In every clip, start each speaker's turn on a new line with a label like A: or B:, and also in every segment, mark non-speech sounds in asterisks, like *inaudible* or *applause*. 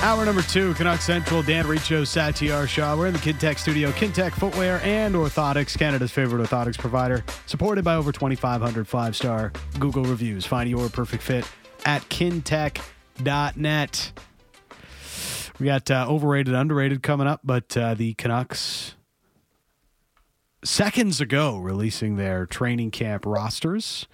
A: Hour number two, Canuck Central, Dan Riccio, Satyar Shah. We're in the Kintech studio, Kintech Footwear and Orthotics, Canada's favorite orthotics provider, supported by over 2,500 five star Google reviews. Find your perfect fit at kintech.net. We got uh, overrated, underrated coming up, but uh, the Canucks seconds ago releasing their training camp rosters.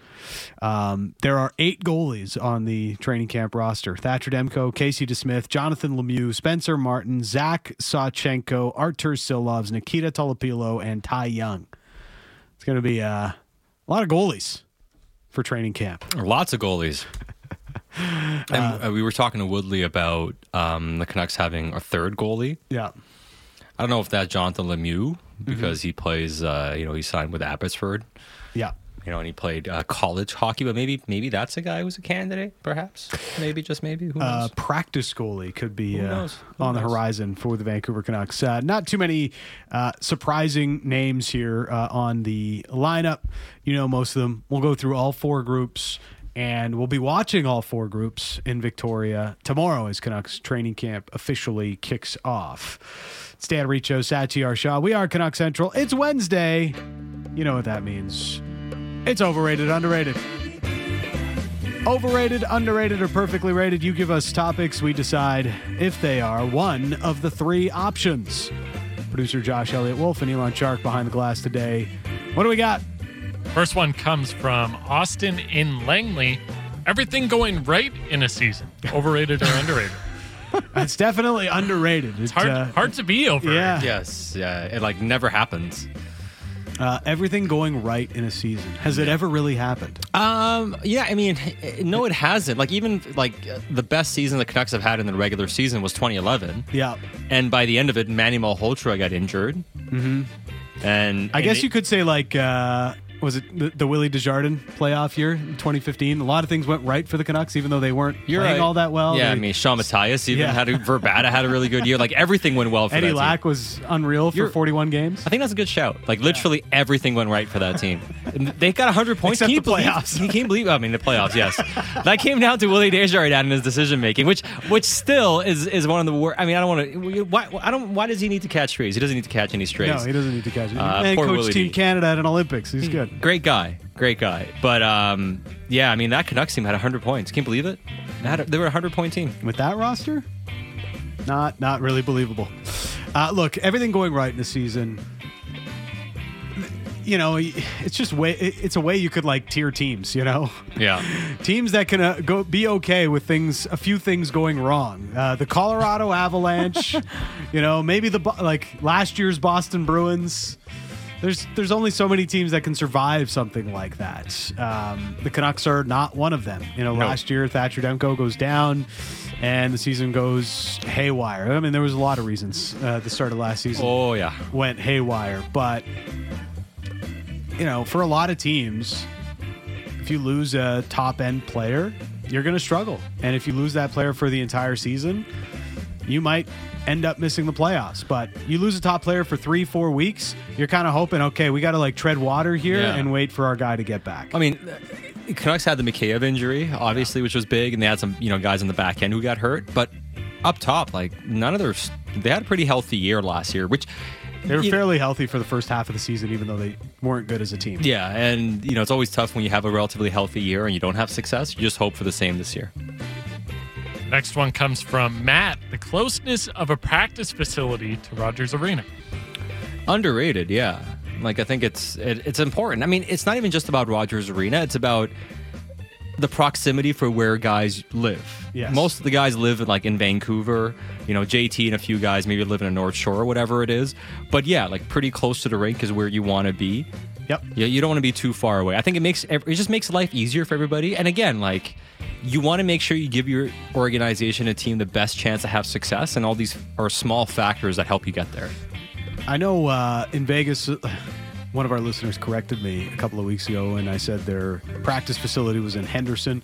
A: Um, there are eight goalies on the training camp roster Thatcher Demko, Casey DeSmith, Jonathan Lemieux, Spencer Martin, Zach Sachenko, Artur Silovs, Nikita Tolopilo, and Ty Young. It's going to be uh, a lot of goalies for training camp.
B: Lots of *laughs* goalies. and uh, we were talking to Woodley about um, the Canucks having a third goalie.
A: Yeah.
B: I don't know if that's Jonathan Lemieux because he plays, uh, you know, he signed with Abbotsford,
A: Yeah.
B: you know, and he played uh, college hockey. But maybe, maybe that's a guy who's a candidate, perhaps. Maybe just maybe. Who
A: Uh,
B: *laughs* knows?
A: practice goalie could be
B: Who
A: uh,
B: knows? Who
A: on the
B: knows?
A: horizon for the Vancouver Canucks. Uh, not too many uh, surprising names here uh, on the lineup. You know, most of them. We'll go through all four groups, and we'll be watching all four groups in Victoria tomorrow as Canucks training camp officially kicks off. It's Dan Riccio, Satyar Shah. We are Canuck Central. It's Wednesday. You know what that means. It's overrated, underrated. Overrated, underrated, or perfectly rated, you give us topics. We decide if they are one of the three options. Producer Josh Elliott Wolf and Elon Shark behind the glass today. What do we got?
C: First one comes from Austin in Langley. Everything going right in a season, overrated or underrated.
B: *laughs*
A: It's definitely underrated. It's
C: Hard, hard to be over.
A: Yeah.
B: yes, yeah. It like never happens.
A: Uh, everything going right in a season. Has it ever really happened?
B: Um. Yeah. I mean, *laughs* eh, no, it hasn't. Like even like uh, the best season the Canucks have had in the regular season was 2011,
A: Yeah.
B: and by the end of it, Manny Malhotra got injured. Mm-hmm. And
A: I guess you could say, like, uh, was it the, the Willie Desjardins playoff year in 2015? A lot of things went right for the Canucks, even though they weren't playing all that well.
B: Yeah,
A: They-
B: I mean, Sean Matthias even
A: Yeah.
B: had a Verbata had a really good year. Like everything went well for that
A: Eddie
B: team.
A: Lack was unreal for
B: You're-
A: 41 games.
B: I think that's a good shout. Like literally everything went right for that team. And they got 100 points.
A: Except
B: Can you
A: the
B: believe-
A: playoffs.
B: you can't believe. I mean, the playoffs. Yes, that came down to Willie Desjardins and his decision making, which which still is is one of the worst. I mean, I don't want to. Why I don't. Why does he need to catch strays? He doesn't need to catch any strays.
A: No, he doesn't need to catch it.
B: Uh,
A: and
B: poor
A: coach
B: Willie
A: Team
B: D.
A: Canada at an Olympics. He's good.
B: Great guy, great guy. But um, yeah, I mean that Canucks team had 100 points. Can't believe it. They, had a, they were a 100 point team.
A: With that roster, not not really believable. Uh, look, everything going right in the season. You know, it's just way. it- It's a way you could like tier teams. You know,
B: Yeah.
A: teams that can uh, go be okay with things, a few things going wrong. Uh, the Colorado Avalanche. you know, maybe the Bo- like last year's Boston Bruins. There's there's only so many teams that can survive something like that. Um, the Canucks are not one of them. You know,
B: No.
A: last year Thatcher Demko goes down, and the season goes haywire. I mean, there was a lot of reasons uh, the start of last season
B: Oh yeah.
A: went haywire, but you know, for a lot of teams, if you lose a top end player, you're going to struggle, and if you lose that player for the entire season, you might end up missing the playoffs. But you lose a top player for three, four weeks, you're kind of hoping, okay, we got to like tread water here
B: Yeah.
A: and wait for our guy to get back.
B: I mean, uh, Canucks had the Mikheyev injury, obviously, which was big, and they had some you know guys on the back end who got hurt. But up top, like none of their, s- they had a pretty healthy year last year, which
A: they were
B: you-
A: fairly healthy for the first half of the season, even though they weren't good as a team.
B: Yeah, and you know it's always tough when you have a relatively healthy year and you don't have success. You just hope for the same this year.
C: Next one comes from Matt. The closeness of a practice facility to Rogers Arena.
B: Underrated, yeah. Like I think it's it, it's important. I mean, it's not even just about Rogers Arena. It's about the proximity for where guys live.
A: Yes.
B: Most of the guys live in, like in Vancouver. You know, JT and a few guys maybe live in the North Shore or whatever it is. But yeah, like pretty close to the rink is where you want to be.
A: Yep.
B: Yeah, you don't want to be too far away. I think it makes ev- it just makes life easier for everybody. And again, like you want to make sure you give your organization a team the best chance to have success, and all these are small factors that help you get there.
A: I know uh, in Vegas, uh, *laughs* one of our listeners corrected me a couple of weeks ago, and I said their practice facility was in
B: *laughs*
A: Henderson.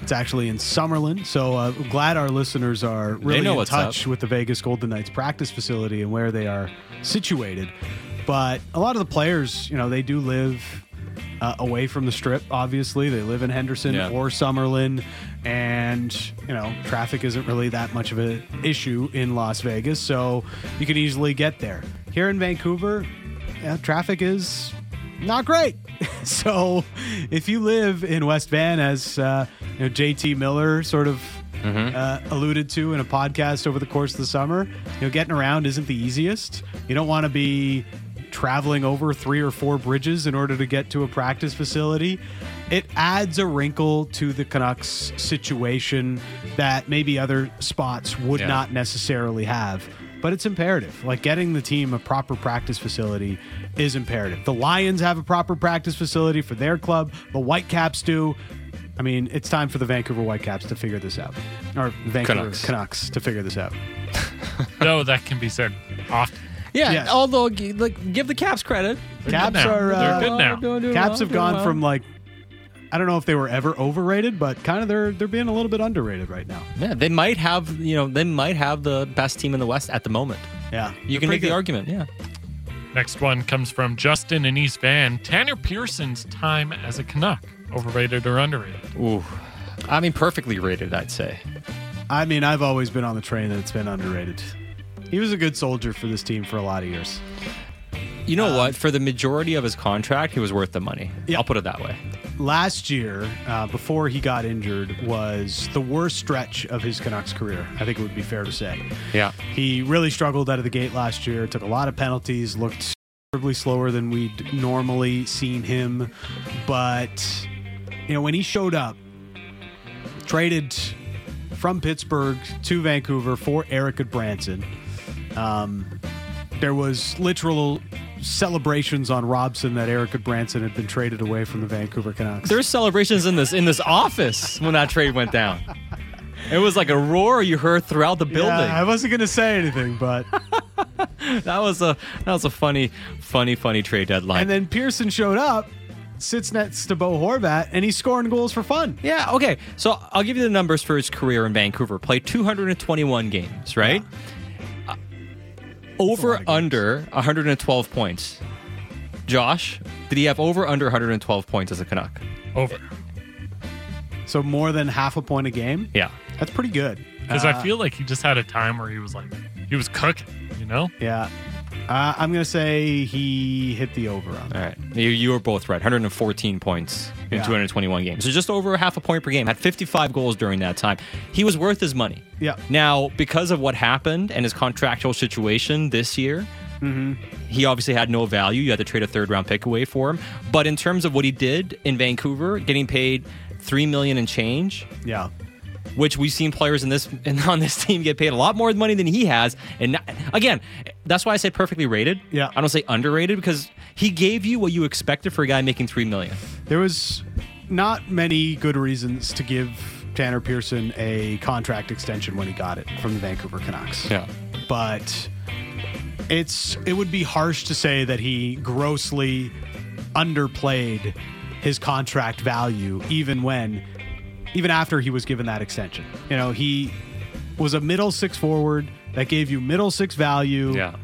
A: It's actually in Summerlin. So uh, glad our listeners are really
B: know
A: in
B: what's
A: touch
B: up.
A: with the Vegas Golden Knights practice facility and where they are situated. But a lot of the players, you know, they do live uh, away from the strip. Obviously, they live in Henderson
B: Yeah.
A: or Summerlin, and you know traffic isn't really that much of an issue in Las Vegas, so you can easily get there. Here in Vancouver, yeah, traffic is not great. *laughs* so if you live in West Van, as uh, you know, JT Miller sort of uh, alluded to in a podcast over the course of the summer, you know, getting around isn't the easiest. You don't want to be traveling over three or four bridges in order to get to a practice facility. It adds a wrinkle to the Canucks situation that maybe other spots would
B: Yeah.
A: not necessarily have. But it's imperative. Like getting the team a proper practice facility is imperative. The Lions have a proper practice facility for their club. The Whitecaps do. I mean, it's time for the Vancouver Whitecaps to figure this out, or Vancouver
B: Canucks.
A: Canucks to figure this out.
C: No, that can be said often.
B: Yeah,
A: Yes.
B: although g- like give the Caps credit. Oh,
C: They're
A: Caps
C: good now.
A: are, uh,
C: They're good now.
A: Caps have gone from like I don't know if they were ever overrated, but kind of they're they're being a little bit underrated right now.
B: Yeah, they might have you know they might have the best team in the West at the moment.
A: Yeah, They're
B: You can
A: pretty
B: make
A: good.
B: the argument. Yeah,
C: Next one comes from Justin in East Van. Tanner Pearson's time as a Canuck, overrated or underrated?
B: ooh, I mean perfectly rated, I'd say.
A: I mean, I've always been on the train that it's been underrated. He was a good soldier for this team for a lot of years.
B: You know what? For the majority of his contract, he was worth the money.
A: Um, Yeah.
B: I'll put it that way.
A: Last year, uh, before he got injured, was the worst stretch of his Canucks career. I think it would be fair to say.
B: Yeah.
A: He really struggled out of the gate last year, took a lot of penalties, looked terribly slower than we'd normally seen him. But, you know, when he showed up, traded from Pittsburgh to Vancouver for Eric Branson, um, there was literal celebrations on Robson that Eric Branson had been traded away from the Vancouver Canucks.
B: There's celebrations in this in this office when that trade went down. It was like a roar you heard throughout the building.
A: Yeah, I wasn't going to say anything, but.
B: that was a that was a funny, funny, funny trade deadline.
A: And then Pearson showed up, sits next to Bo Horvat, and he's scoring goals for fun.
B: Yeah, okay. So I'll give you the numbers for his career in Vancouver. Played 221 games, right? Uh,
A: lot
B: over
A: of games.
B: under 112 points. Josh, did he have over under 112 points as a Canuck?
C: Over.
A: So more than half a point a game.
B: Yeah.
A: That's pretty good.
C: Because I feel like he just had a time where he was like, he was cooking, you know?
A: Yeah. Uh, I'm going to say he hit the over on that.
B: All right. You, you were both right. 114 points in
A: Yeah.
B: 221 games. So just over half a point per game. Had 55 goals during that time. He was worth his money.
A: Yeah.
B: Now, because of what happened and his contractual situation this year,
A: Mm-hmm.
B: he obviously had no value. You had to trade a third round pick away for him. But in terms of what he did in Vancouver, getting paid three million and change,
A: Yeah.
B: which we've seen players in *laughs* this and on this team get paid a lot more money than he has. And not, again, that's why I say perfectly rated.
A: Yeah.
B: I don't say underrated because he gave you what you expected for a guy making three million.
A: There was not many good reasons to give Tanner Pearson a contract extension when he got it from the Vancouver Canucks. but it's it would be harsh to say that he grossly underplayed his contract value even when even after he was given that extension. You know, he was a middle six forward that gave you middle six value.
B: Yeah.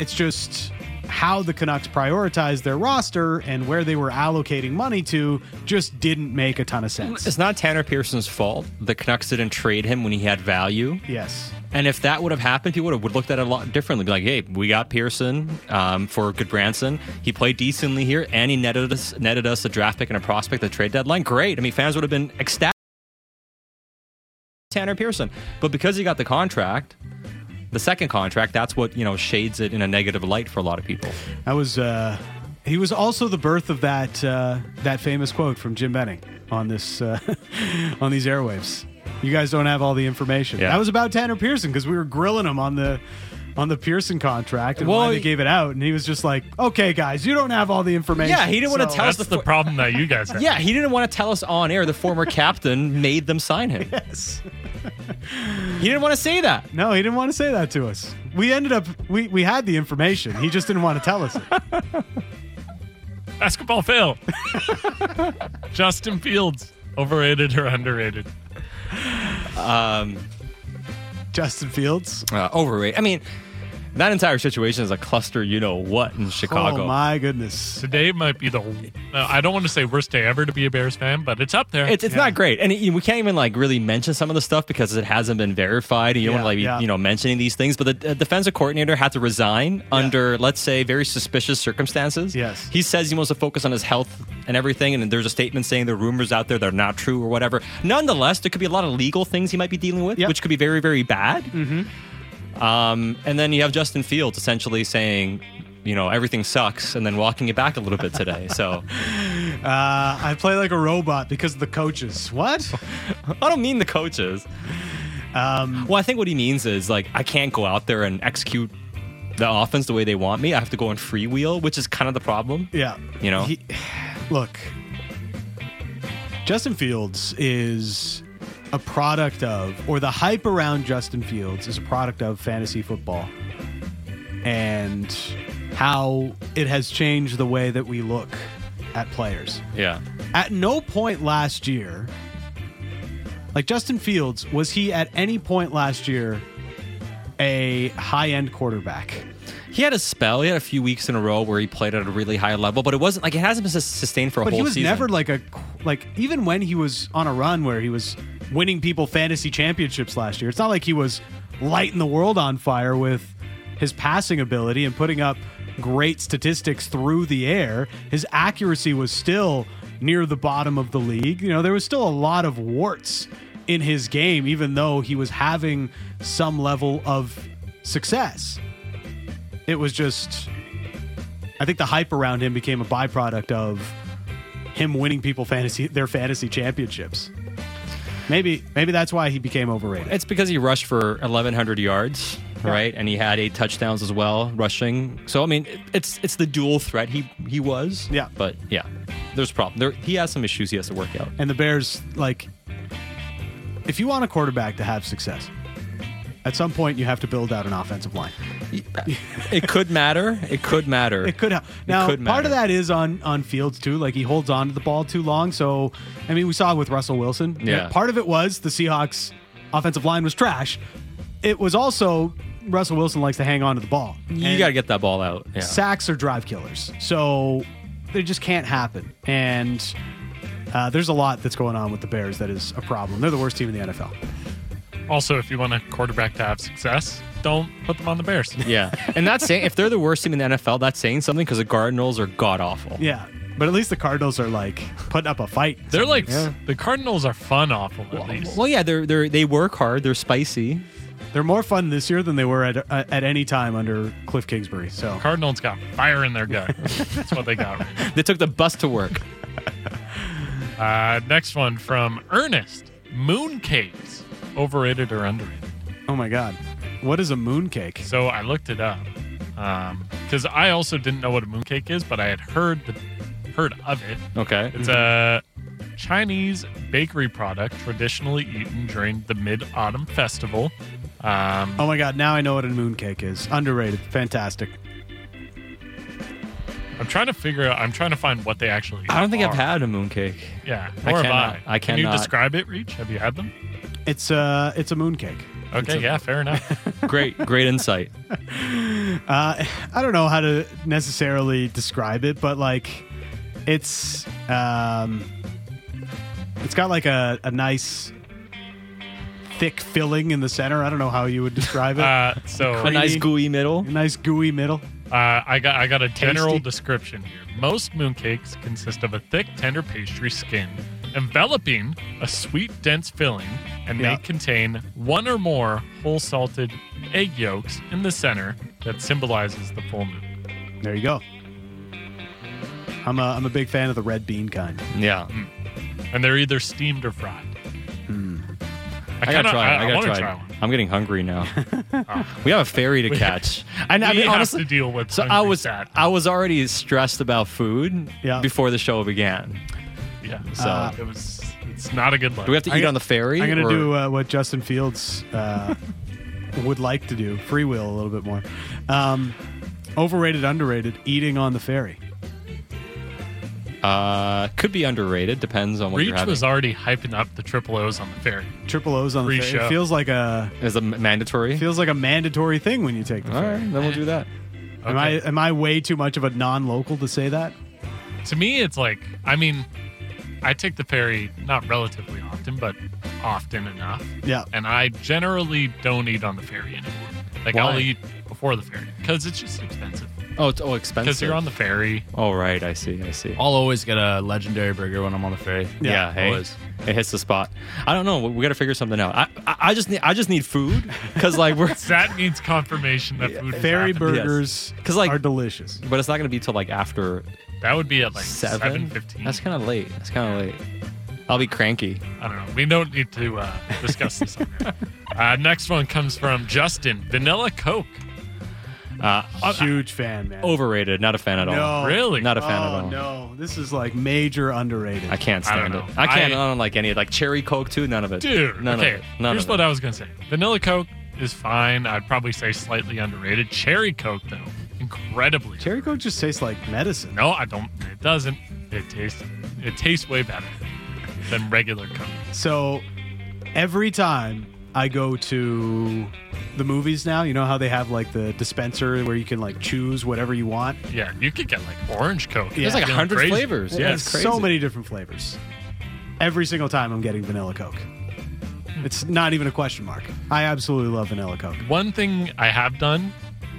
A: It's just how the Canucks prioritized their roster and where they were allocating money to just didn't make a ton of sense.
B: It's not Tanner Pearson's fault. The Canucks didn't trade him when he had value.
A: Yes.
B: And if that would have happened, people would have would looked at it a lot differently. Be like, hey, we got Pearson um, for Goodbranson. He played decently here, and he netted us netted us a draft pick and a prospect at the trade deadline. Great. I mean, fans would have been ecstatic. Tanner Pearson, but because he got the contract, the second contract, that's what you know shades it in a negative light for a lot of people.
A: That was uh he was also the birth of that uh, that famous quote from Jim Benning on this uh, *laughs* on these airwaves. You guys don't have all the information.
B: Yeah.
A: That was about Tanner Pearson because we were grilling him on the on the Pearson contract and why
B: Well,
A: they gave it out, and he was just like, "Okay, guys, you don't have all the information."
B: Yeah, he didn't wanna
A: So-
B: tell us
C: That's
B: the
C: the,
B: fo-
C: problem that you guys have.
B: Yeah, he didn't want to tell us on air. The former captain *laughs* made them sign him.
A: Yes.
B: He didn't want to say that.
A: *laughs* No, he didn't want to say that to us. We ended up we we had the information. He just didn't want to tell us
B: *laughs*
A: it.
C: Basketball Phil. Justin Fields, overrated or underrated?
B: Um,
A: Justin Fields.
B: uh, overrated. I mean, That entire situation is a cluster, you know what, in Chicago.
A: Oh my goodness.
C: Today might be the. Uh, I don't want to say worst day ever to be a Bears fan, but it's up there.
B: It's, it's not great, and it, we can't even like really mention some of the stuff because it hasn't been verified. And you don't
A: Yeah,
B: want to like be,
A: yeah.
B: you know mentioning these things. But the uh, defensive coordinator had to resign under let's say very suspicious circumstances.
A: Yes.
B: he says he wants to focus on his health and everything, and there's a statement saying the rumors out there that are not true or whatever. Nonetheless, there could be a lot of legal things he might be dealing with,
A: Yep.
B: which could be very very bad.
A: Mm-hmm.
B: Um, and then you have Justin Fields essentially saying. You know everything sucks, and then walking it back a little bit today. So
A: Uh, I play like a robot because of the coaches.
B: *laughs*
A: What?
B: I don't mean the coaches.
A: Um,
B: Well, I think what he means is like I can't go out there and execute the offense the way they want me. I have to go and freewheel, which is kind of the problem.
A: yeah.
B: You know?
A: He- look, Justin Fields is a product of, or the hype around Justin Fields is a product of fantasy football and how it has changed the way that we look at players.
B: Yeah.
A: At no point last year, like Justin Fields, was he at any point last year a high end quarterback?
B: He had a spell. He had a few weeks in a row where he played at a really high level, but it wasn't like it hasn't been sus- sustained for a
A: But
B: whole
A: he was
B: season.
A: never like a qu- like even when he was on a run where he was winning people fantasy championships last year. It's not like he was lighting the world on fire with his passing ability and putting up great statistics through the air. His accuracy was still near the bottom of the league. You know, there was still a lot of warts in his game even though he was having some level of success. It was just I think the hype around him became a byproduct of him winning people fantasy their fantasy championships. Maybe maybe that's why he became overrated.
B: It's because he rushed for 1,100 yards, right? And he had eight touchdowns as well, rushing. So I mean, it- it's it's the dual threat he he was.
A: Yeah.
B: But yeah, there's a problem. There, he has some issues he has to work out.
A: And the Bears like if you want a quarterback to have success, at some point you have to build out an offensive line. *laughs*
B: it could matter. It could matter.
A: It could help. Now,
B: could
A: part
B: matter.
A: of that is on on Fields too. Like he holds on to the ball too long. So, I mean, we saw with Russell Wilson.
B: Yeah.
A: Part of it was the Seahawks' offensive line was trash. It was also Russell Wilson likes to hang on to the ball.
B: You
A: And-
B: got to get that ball out. Yeah.
A: sacks are drive killers. So they just can't happen. And uh, there's a lot that's going on with the Bears that is a problem. They're the worst team in the NFL.
C: also, if you want a quarterback to have success, don't put them on the Bears.
B: Yeah, *laughs* and that's saying if they're the worst team in the NFL, that's saying something because the Cardinals are god awful.
A: Yeah. But at least the Cardinals are like putting up a fight.
C: They're like the Cardinals are fun awful at least.
B: Well, yeah, they're they they work hard. They're spicy.
A: They're more fun this year than they were at uh, at any time under Cliff Kingsbury. So
C: Cardinals got fire in their gut. That's what they got.
B: They took the bus to work.
C: Uh, next one from Ernest. Mooncakes. Overrated or underrated?
A: oh my god, what is a mooncake?
C: So I looked it up because I also didn't know what a mooncake is, but I had heard the, heard of it.
B: Okay.
C: It's a Chinese bakery product traditionally eaten during the Mid Autumn Festival. Um,
A: Oh my god, now I know what a mooncake is. Underrated, fantastic.
C: I'm trying to figure out. I'm trying to find what they actually.
B: I don't think I've
C: are.
B: had a mooncake.
C: Yeah,
B: I
C: nor have
B: cannot-
C: I.
B: I
C: Can you
B: cannot.
C: describe it, Reach? Have you had them?
A: It's a it's a mooncake.
C: Okay, yeah,
B: *laughs*
C: fair enough.
B: Great, great insight.
A: Uh, I don't know how to necessarily describe it, but like it's um, it's got like a, a nice thick filling in the center. I don't know how you would describe it.
C: Uh, so
B: A nice
A: Creamy.
B: gooey middle.
A: a nice gooey middle.
C: Uh, I got I got a general
A: Tasty.
C: description here. Most mooncakes consist of a thick, tender pastry skin enveloping a sweet, dense filling, and
A: Yeah.
C: may contain one or more whole salted egg yolks in the center that symbolizes the full moon.
A: There you go. I'm a I'm a big fan of the red bean kind.
B: Yeah.
C: And they're either steamed or fried. I,
B: Hmm. I
C: kinda-
B: gotta try.
C: I,
B: it. I, gotta
C: want
B: try.
C: to try
B: it.
C: one.
B: I'm getting hungry now. we have a ferry to catch. I,
C: We
B: I mean,
C: have
B: honestly,
C: to deal with.
B: so I
C: hungry
B: was
C: fat.
B: I was already stressed about food
A: Yeah.
B: before the show began.
C: Yeah.
B: So
A: Uh,
C: it was. It's not a good look.
B: do we have to
A: I
B: eat
A: got-
B: on the ferry?
A: I'm gonna
B: or-
A: do uh, what Justin Fields uh, *laughs* would like to do, free will a little bit more. Um, overrated, underrated, eating on the ferry.
B: Uh, could be underrated. Depends on what you're
C: Reach
B: having.
C: was already hyping up the triple O's on the ferry.
A: Triple O's on the
C: Free
A: ferry.
C: show.
A: It feels like a
B: Is it mandatory?
A: feels like a mandatory thing when you take the
B: All right,
A: ferry.
B: then we'll do that.
A: Am I am I way too much of a non-local to say that?
C: To me, it's like, I mean, I take the ferry not relatively often, but often enough.
A: Yeah.
C: And I generally don't eat on the ferry anymore. Like,
B: Why?
C: I'll eat before the ferry because it's just expensive.
B: Oh, it's oh expensive.
C: Because you're on the ferry.
B: Oh right, I see. I see.
D: I'll always get a legendary burger when I'm on the ferry.
B: Yeah,
A: Yeah,
B: hey,
D: always.
B: it hits the spot. I don't know. We, we got to figure something out. I, I, I just need I just need food because like
C: *laughs*
B: we're *laughs*
C: That needs confirmation that food is
A: Ferry
C: happening.
A: burgers
B: 'Cause, like-
A: are delicious.
B: but it's not gonna be till like after
C: That would be at like
B: seven.
C: seven fifteen.
B: That's kind of late. That's kind of late. I'll be cranky.
C: I don't know. We don't need to uh, discuss this. on
D: *laughs*
C: there. uh, next one comes from Justin. Vanilla Coke.
B: Uh,
A: Huge fan, man.
B: overrated. Not a fan at all.
A: No.
C: Really?
B: Not a
A: oh
B: fan at all.
A: no, this is like major underrated.
B: I can't
C: I don't
B: stand it.
C: know.
B: I can't. I,
C: I-
B: don't like any like cherry coke too. None of it,
C: Dude.
B: None
C: okay.
B: of it. None
C: Here's
B: of
C: what
B: it.
C: I was going to say Vanilla Coke is fine. I'd probably say slightly underrated. Cherry Coke, though, incredibly.
A: Cherry Coke just tastes like medicine.
C: No, I don't. It doesn't. It tastes. It tastes way better than regular Coke.
A: So every time I go to the movies now, you know how they have like the dispenser where you can like choose whatever you want.
C: Yeah, you could get like orange Coke.
A: There's, like,
C: Feeling
B: 100
C: crazy.
B: flavors.
A: It
B: Yeah,
A: has
B: it's crazy.
A: so many different flavors. Every single time I'm getting vanilla Coke. It's not even a question mark. I absolutely love vanilla Coke.
C: One thing I have done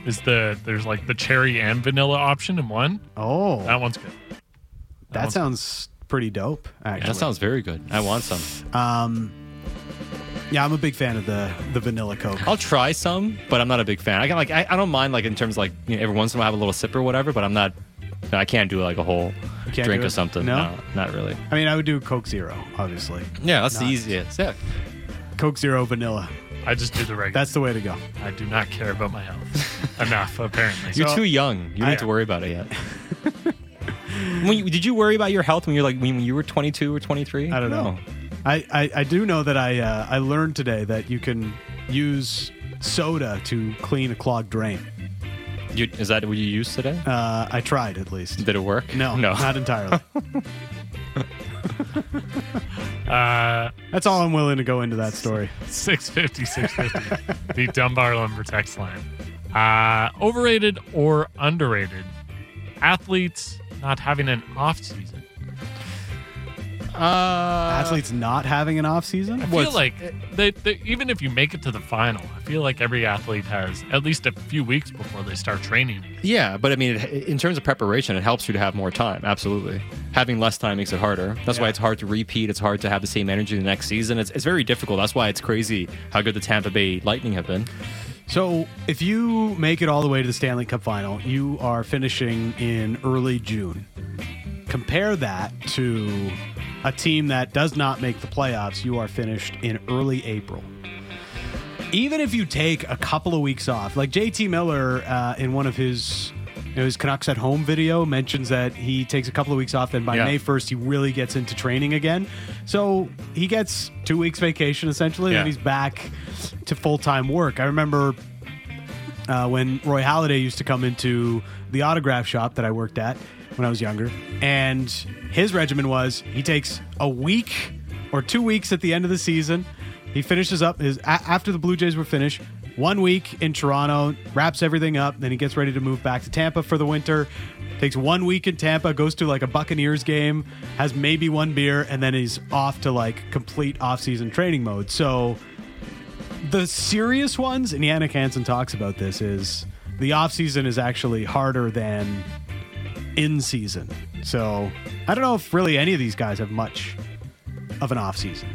C: is the there's like the cherry and vanilla option in one.
A: Oh,
C: That one's good.
A: that sounds pretty dope. Actually,
B: That sounds very good. I want some.
A: yeah, I'm a big fan of the the vanilla Coke.
B: I'll try some, but I'm not a big fan. I can like I, I don't mind like in terms of, like you know, every once in a while I have a little sip or whatever, but I'm not. I can't do like a whole
A: can't
B: drink
A: do
B: or
A: it?
B: something.
A: No?
B: not really.
A: I mean, I would do Coke Zero, obviously.
B: Yeah, that's
A: Not-
B: the easiest. Yeah,
A: Coke Zero vanilla.
C: I just do the regular.
A: That's the way to go.
C: I do not care about my
B: *laughs*
C: health enough, apparently.
B: you're
A: So-
B: too young. You don't
A: I-
B: have to worry about it
A: *laughs*
B: yet. *laughs* when you, did you worry about your health when you're like when you were 22 or 23?
A: I don't know.
C: Oh.
A: I, I, I do know that I uh, I learned today that you can use soda to clean a clogged drain.
B: You, is that what you used today?
A: Uh, I tried at least.
B: Did it work?
A: No,
B: no.
A: not *laughs* entirely.
C: Uh,
A: That's all I'm willing to go into that story.
C: 650, 650. the Dunbar Lumber text line. Uh, overrated or underrated? Athletes not having an off season.
B: *laughs* Uh,
A: Athletes not having an off season.
C: I feel
B: What's-
C: like they, they, even if you make it to the final, I feel like every athlete has at least a few weeks before they start training. again.
B: yeah, but I mean, it, in terms of preparation, it helps you to have more time. Absolutely, having less time makes it harder. That's why it's hard to repeat. It's hard to have the same energy the next season. It's, it's very difficult. That's why it's crazy how good the Tampa Bay Lightning have been.
A: So if you make it all the way to the Stanley Cup final, you are finishing in early June. Compare that to a team that does not make the playoffs. You are finished in early April. Even if you take a couple of weeks off, like JT Miller uh, in one of his you know, his Canucks at home video mentions that he takes a couple of weeks off, then by
B: Yeah.
A: May first he really gets into training again. So he gets two weeks vacation essentially,
B: Yeah.
A: and then he's back to full time work. I remember uh, when Roy Halladay used to come into the autograph shop that I worked at when I was younger, and his regimen was he takes a week or two weeks at the end of the season. He finishes up his a- after the Blue Jays were finished. One week in Toronto, wraps everything up, then he gets ready to move back to Tampa for the winter. Takes one week in Tampa, goes to like a Buccaneers game, has maybe one beer, and then he's off to like complete off-season training mode. So the serious ones, and Yannick Hansen talks about this, is the off season is actually harder than in season. So I don't know if really any of these guys have much of an off season.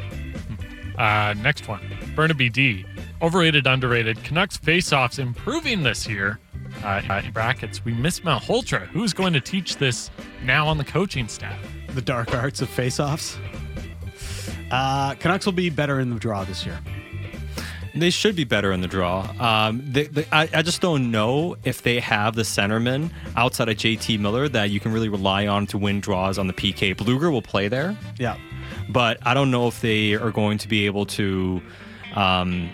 C: Uh, next one, Burnaby D. Overrated, underrated. Canucks face-offs improving this year. Uh, in brackets, we miss Mount Holtra. Who's going to teach this now on the coaching staff?
A: The dark arts of face offs. Uh, Canucks will be better in the draw this year.
B: They should be better in the draw. Um, they, they, I, I just don't know if they have the centerman outside of JT Miller that you can really rely on to win draws on the PK. Bluger will play there,
A: Yeah.
B: but I don't know if they are going to be able to um,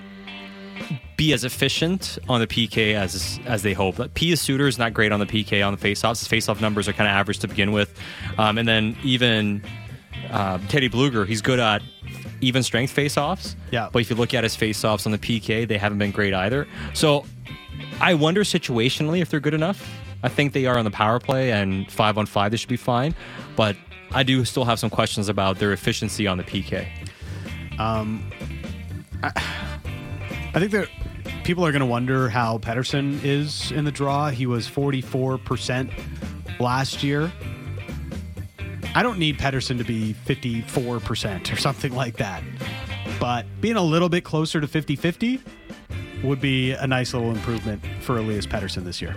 B: be as efficient on the PK as as they hope. P is Suter is not great on the PK on the faceoffs. His faceoff numbers are kind of average to begin with, um, and then even uh, Teddy Bluger, he's good at even strength faceoffs.
A: Yeah.
B: but if you look at his faceoffs on the PK, they haven't been great either. So I wonder situationally if they're good enough. I think they are on the power play and five on five, they should be fine. But I do still have some questions about their efficiency on the PK.
A: I think that people are going to wonder how Pedersen is in the draw. He was 44% last year. I don't need Pedersen to be 54% or something like that. But being a little bit closer to 50 50 would be a nice little improvement for Elias Pedersen this year.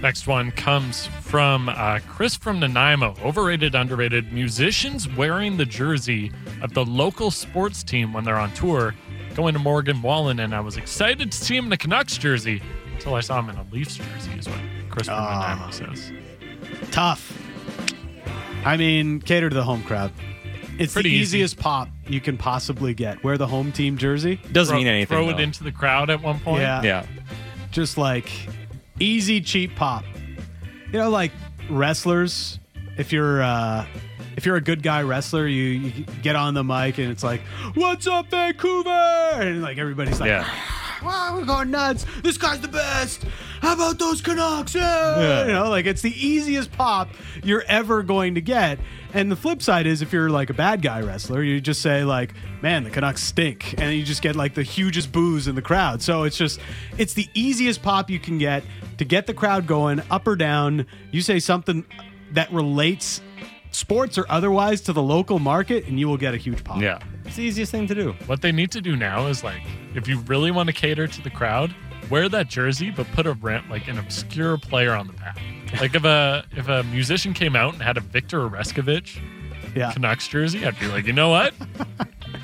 C: Next one comes from uh, Chris from Nanaimo. Overrated, underrated musicians wearing the jersey of the local sports team when they're on tour. Going to Morgan Wallen, and I was excited to see him in a Canucks jersey until I saw him in a Leafs jersey, is what Chris from
B: Ah.
C: Nanaimo says.
A: Tough. I mean, cater to the home crowd. It's
C: Pretty
A: the
C: easy.
A: easiest pop you can possibly get. Wear the home team jersey.
B: Doesn't
C: Throw-
B: mean anything.
C: Throw
B: though.
C: it into the crowd at one point.
A: Yeah.
B: yeah.
A: just like easy cheap pop you know like wrestlers if you're uh if you're a good guy wrestler you, you get on the mic and it's like what's up vancouver and like everybody's like
B: Yeah.
A: wow we're going nuts this guy's the best how about those canucks yeah!
B: Yeah.
A: you know like it's the easiest pop you're ever going to get and the flip side is if you're like a bad guy wrestler you just say like man the canucks stink and you just get like the hugest boos in the crowd so it's just it's the easiest pop you can get to get the crowd going up or down you say something that relates sports or otherwise to the local market and you will get a huge pop
B: Yeah. It's the easiest thing to do.
C: What they need to do now is like, if you really want to cater to the crowd, wear that jersey, but put a rant like an obscure player on the back. Like if a if a musician came out and had a Victor Oreskovich
A: yeah
C: Canucks jersey, I'd be like, you know what?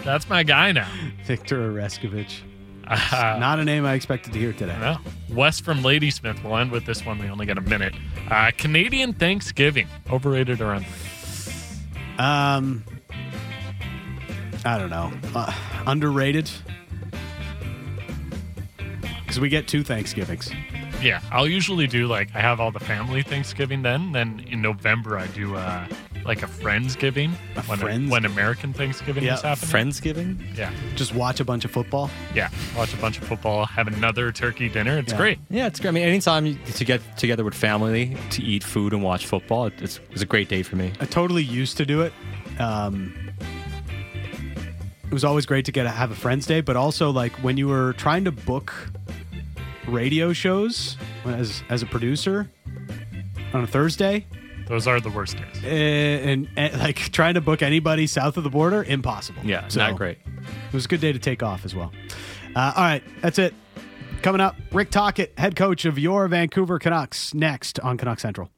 C: That's my guy now.
A: victor oreskovich
C: *laughs* Uh,
A: not a name i expected to hear today
C: no. Wes from Ladysmith. We'll end with this one. We only got a minute. Uh, Canadian Thanksgiving, overrated or underrated?
A: Um, I don't know. Uh, underrated. Because we get two Thanksgivings.
C: Yeah, I'll usually do like I have all the family Thanksgiving then. Then in November I do uh, like a Friendsgiving
A: A
C: when
A: Friendsgiving?
C: when American Thanksgiving
A: Yeah,
C: is happening.
B: Friendsgiving?
C: yeah,
A: Just watch a bunch of football.
C: yeah. Watch a bunch of football, have another turkey dinner. It's
A: Yeah.
C: great.
B: Yeah, it's great. I mean, anytime you, to get together with family to eat food and watch football, it- it's, it's a great day for me.
A: I totally used to do it. Um, it was always great to get to have a friends day, but also like when you were trying to book radio shows as as a producer on a Thursday,
C: Those are the worst days.
A: eh, and, and like *laughs* trying to book anybody south of the border, impossible.
B: Yeah, it's
A: So-
B: not great.
A: It was a good day to take off as well. Uh, all right, that's it. Coming up, Rick Tockett, head coach of your Vancouver Canucks, next on Canuck Central.